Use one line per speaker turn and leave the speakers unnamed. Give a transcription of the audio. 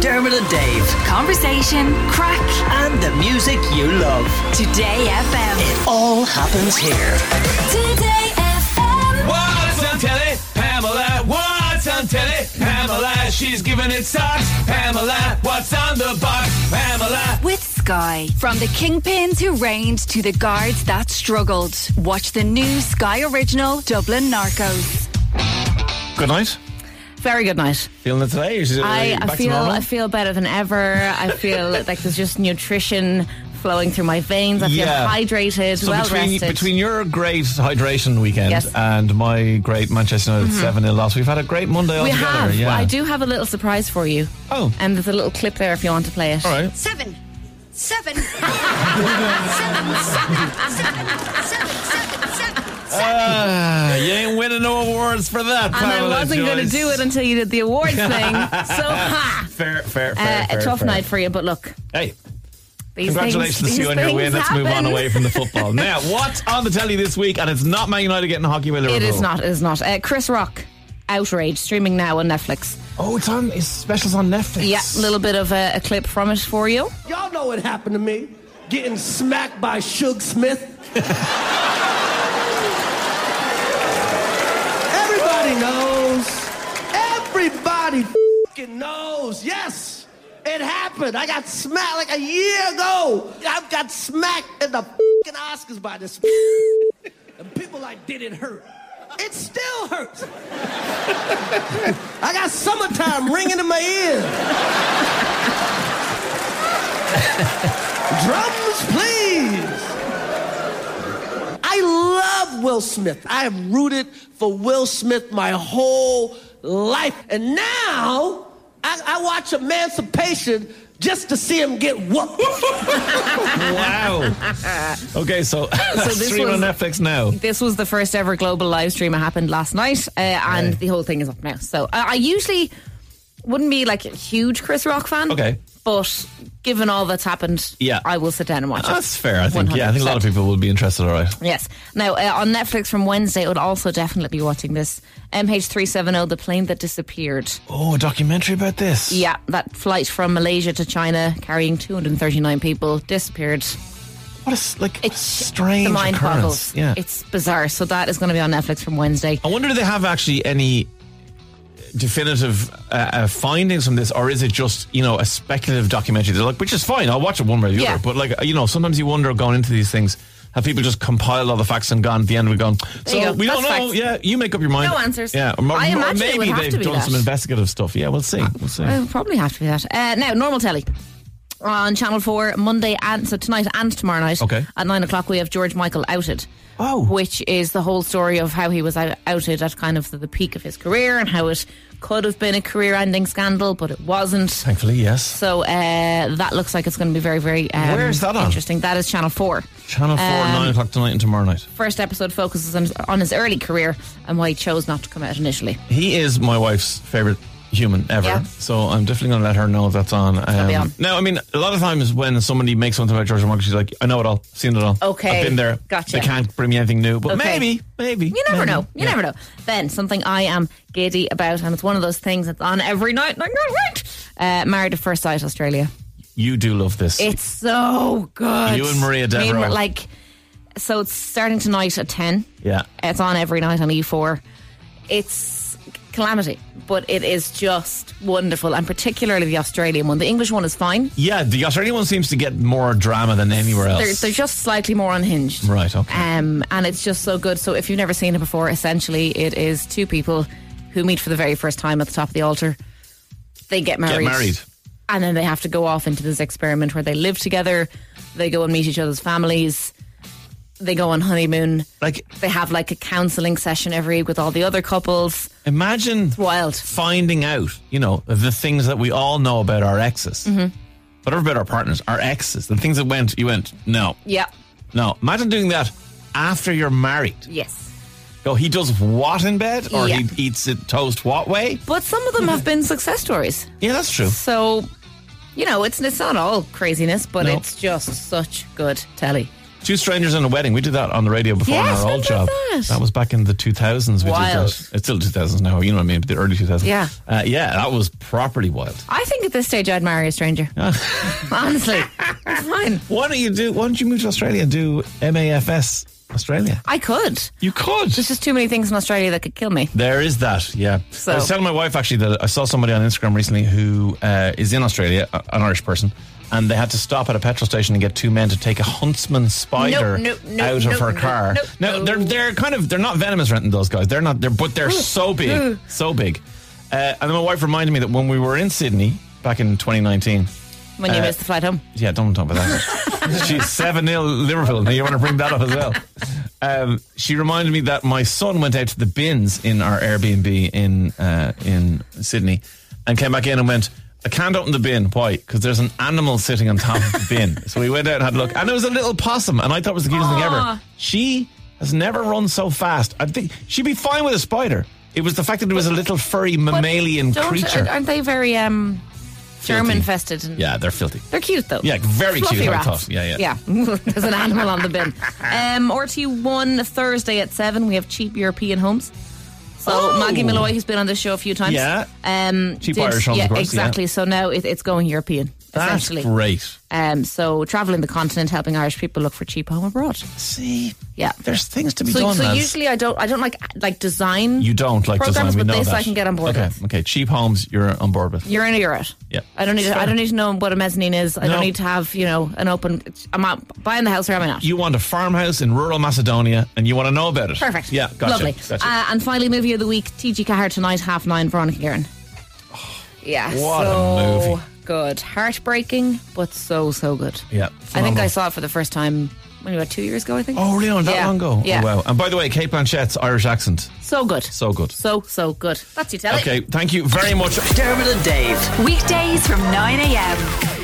Dermot and Dave.
Conversation, crack,
And the music you love.
Today FM.
It all happens here.
Today FM.
What's on telly? Pamela. What's on telly? Pamela. She's giving it socks. Pamela. What's on the box? Pamela.
With Sky. From the kingpins who reigned to the guards that struggled. Watch the new Sky Original Dublin Narcos.
Good night.
Very good night.
Feeling it today? Is it uh,
I,
back
I
to
feel
normal?
I feel better than ever. I feel like there's just nutrition flowing through my veins. I feel
Yeah.
hydrated,
so
well
between,
rested.
between your great hydration weekend
Yes. Mm-hmm.
and my great Manchester United 7 0 loss, we've had a great Monday
we
altogether.
have.
Yeah.
I do have a little surprise for you.
Oh.
And there's a little clip there if you want to play it.
All right.
Seven. Seven. Seven. Seven. Seven. Seven. Seven. Seven.
Ah, you ain't winning no awards for that,
And I wasn't going to do it until you did the awards thing. So ha!
Fair, fair, fair.
Uh,
fair,
a tough
fair.
night for you, but look.
Hey,
These
Congratulations
things,
to
these
you on your
things
win. Let's move on
happen.
away from the football. now, what's on the telly this week? And it's not Man United getting hockey with
It
Liverpool.
is not. It is not. Uh, Chris Rock, Outrage, streaming now on Netflix.
Oh, it's on. His specials on Netflix.
Yeah, little bit of a, a clip from it for you.
Y'all know what happened to me. Getting smacked by Suge Smith. Everybody knows. Everybody fing knows. Yes, it happened. I got smacked like a year ago. I got smacked in the fing Oscars by this. f- and people like, did it hurt? It still hurts. I got summertime ringing in my ears. Drums, please. I love Will Smith. I have rooted for Will Smith my whole life. And now I, I watch Emancipation just to see him get whooped.
Wow. okay, so, so
this
stream on
was-
Netflix now.
This was the first ever global live stream that happened last night, uh, and the whole thing is up now. So uh, I usually wouldn't be like a huge Chris Rock fan.
Okay.
But given all that's happened,
Yeah.
I will sit down and watch it.
That's fair. I think. Yeah, I think a lot of
100%.
people will be interested. All right.
Yes. Now, uh, on Netflix from Wednesday, I would also definitely be watching this MH370, oh, the plane that disappeared.
Oh, a documentary about this.
Yeah, that flight from Malaysia to China carrying 239 people disappeared.
What a s- like
It's
strange
the mind
occurrence.
boggles.
Yeah.
It's bizarre. So that is going to be on Netflix from Wednesday.
I wonder do they have actually any definitive uh, uh, findings from this, or is it just you know a speculative documentary? They're like, which is fine. I'll watch it one way or the
Yeah.
other. But like uh, you know, sometimes you wonder going into these things. Have people just compiled all the facts and gone at the end? We've gone. So
you go.
we don't
That's
know.
facts.
Yeah, you make up your mind.
No answers.
Yeah, or, mo-
I
or
imagine it
maybe
would have
they've
to be
done
that. Uh,
some investigative stuff. Yeah, we'll see. We'll see.
I'll probably have to be that. Uh, now, normal telly. On Channel 4, Monday and so tonight and tomorrow night.
Okay.
At 9 o'clock, we have George Michael outed.
Oh.
Which is the whole story of how he was out- outed at kind of the, the peak of his career and how it could have been a career ending scandal, but it wasn't.
Thankfully, yes.
So uh, that looks like it's going to be very, very um,
Where is that on?
interesting. That is Channel 4.
Channel Four,
Um,
nine o'clock tonight and tomorrow night.
First episode focuses on, on his early career and why he chose not to come out initially.
He is my wife's favorite human ever.
Yeah.
So I'm definitely going to let her know that's on. Um,
be on.
Now, I mean, a lot of times when somebody makes something about George Michael, she's like, I know it all, seen it all.
Okay.
I've been there.
Gotcha.
They can't bring me anything new, but
Okay.
maybe, maybe.
You never
maybe.
know. You
Yeah.
never know. Then something I am giddy about, and it's one of those things that's on every night. And I can't wait. Uh, Married at First Sight Australia.
You do love this.
It's so good.
You and Maria
Me
Devereux.
Ma- like, so it's starting tonight at ten.
Yeah.
It's on every night on E4. It's calamity, but it is just wonderful, and particularly the Australian one. The English one is fine.
yeah, the Australian one seems to get more drama than anywhere
They're,
else.
they're just slightly more unhinged.
Right, okay.
Um, and it's just so good. So if you've never seen it before, essentially it is two people who meet for the very first time at the top of the altar. They get married.
married.
And then they have to go off into this experiment where they live together. They go and meet each other's families. They go on honeymoon.
like,
They have like a counseling session every week with all the other couples.
imagine
Wild.
finding out, you know, the things that we all know about our exes.
Mm-hmm.
Whatever about our partners, our exes, the things that went, you went, no,
Yeah.
No, imagine doing that after you're married.
Yes.
Go, he does what in bed, or
Yeah.
he eats it toast what way?
But some of them have been success stories.
Yeah, that's true.
So, you know, it's it's not all craziness, but
No.
it's just such good telly.
Two strangers and a wedding. We did that on the radio before
Yes,
in our
I
old
did
job.
that.
was back in the 2000s. We did
Wild.
that. It's still 2000s now. You know what I mean? But the early 2000s.
Yeah.
Uh, yeah, that was properly wild.
I think at this stage I'd marry a stranger.
Ah.
Honestly, it's fine.
Why don't you do? Why don't you move to Australia and do MAFS Australia?
I could.
You could.
There's just too many things in Australia that could kill me.
There is that, yeah.
So-
I was telling my wife actually that I saw somebody on Instagram recently who uh, is in Australia, a- an Irish person, and they had to stop at a petrol station and get two men to take a huntsman spider
No, no, no,
out
no,
of her
no,
car.
no,
now
no.
they're they're kind of they're not venomous renting those guys. They're not. They're but they're so big, so big. Uh, and then my wife reminded me that when we were in Sydney back in 2019.
When you
Uh,
miss the flight home,
Yeah, don't talk about that. She's 7 0 Liverpool. Now you want to bring that up as well. Um, she reminded me that my son went out to the bins in our Airbnb in uh, in Sydney and came back in and went, I can't open the bin. Why? Because there's an animal sitting on top of the bin. So we went out and had a look. And it was a little possum. And I thought it was the cutest thing ever. She has never run so fast. I think she'd be fine with a spider. It was the fact that it was a little furry mammalian
Don't- uh,
creature.
Aren't they very um, germ
Filthy.
infested? And
yeah, they're filthy.
They're cute though.
Yeah, very
Fluffy
cute, I
Rats.
thought. Yeah, yeah.
Yeah. There's an animal on the bin. Um, RT1 Thursday at 7, we have cheap European homes. So
Oh.
Maggie Malloy, who's been on the show a few times.
Yeah.
Um,
Cheap Irish homes,
Yeah,
of course,
exactly. So now it, it's going European,
That's
essentially.
great.
Um, so traveling the continent, helping Irish people look for cheap home abroad.
See,
Yeah.
there's things to be
So,
done.
so
lads.
usually I don't I don't like like design.
you don't like
programs,
design. We
but
know
this
that.
I can get on board
Okay,
with.
okay. Cheap homes, you're on board with.
You're in or you're out.
Yeah.
I don't need. To, I don't need to know what a mezzanine is. I
No.
don't need to have you know an open. I'm not buying the house or am I not?
You want a farmhouse in rural Macedonia, and you want to know about it.
Perfect.
Yeah, gotcha.
Lovely.
Gotcha.
Uh, and finally, movie of the week: T.G. Cahir tonight, half nine. Veronica Guerin. Yeah.
what a
so
movie.
Good. Heartbreaking, but so so good.
yeah,
I think I
phenomenal.
saw it for the first time. When you were two years ago, I think.
Oh, really? On that
Yeah.
long ago?
Yeah.
Oh, wow. And by the way, Kate Blanchett's Irish accent,
So good.
so good.
so so good. That's you, Telly.
Okay, thank you very much.
Dermot and Dave.
Weekdays from 9 a.m.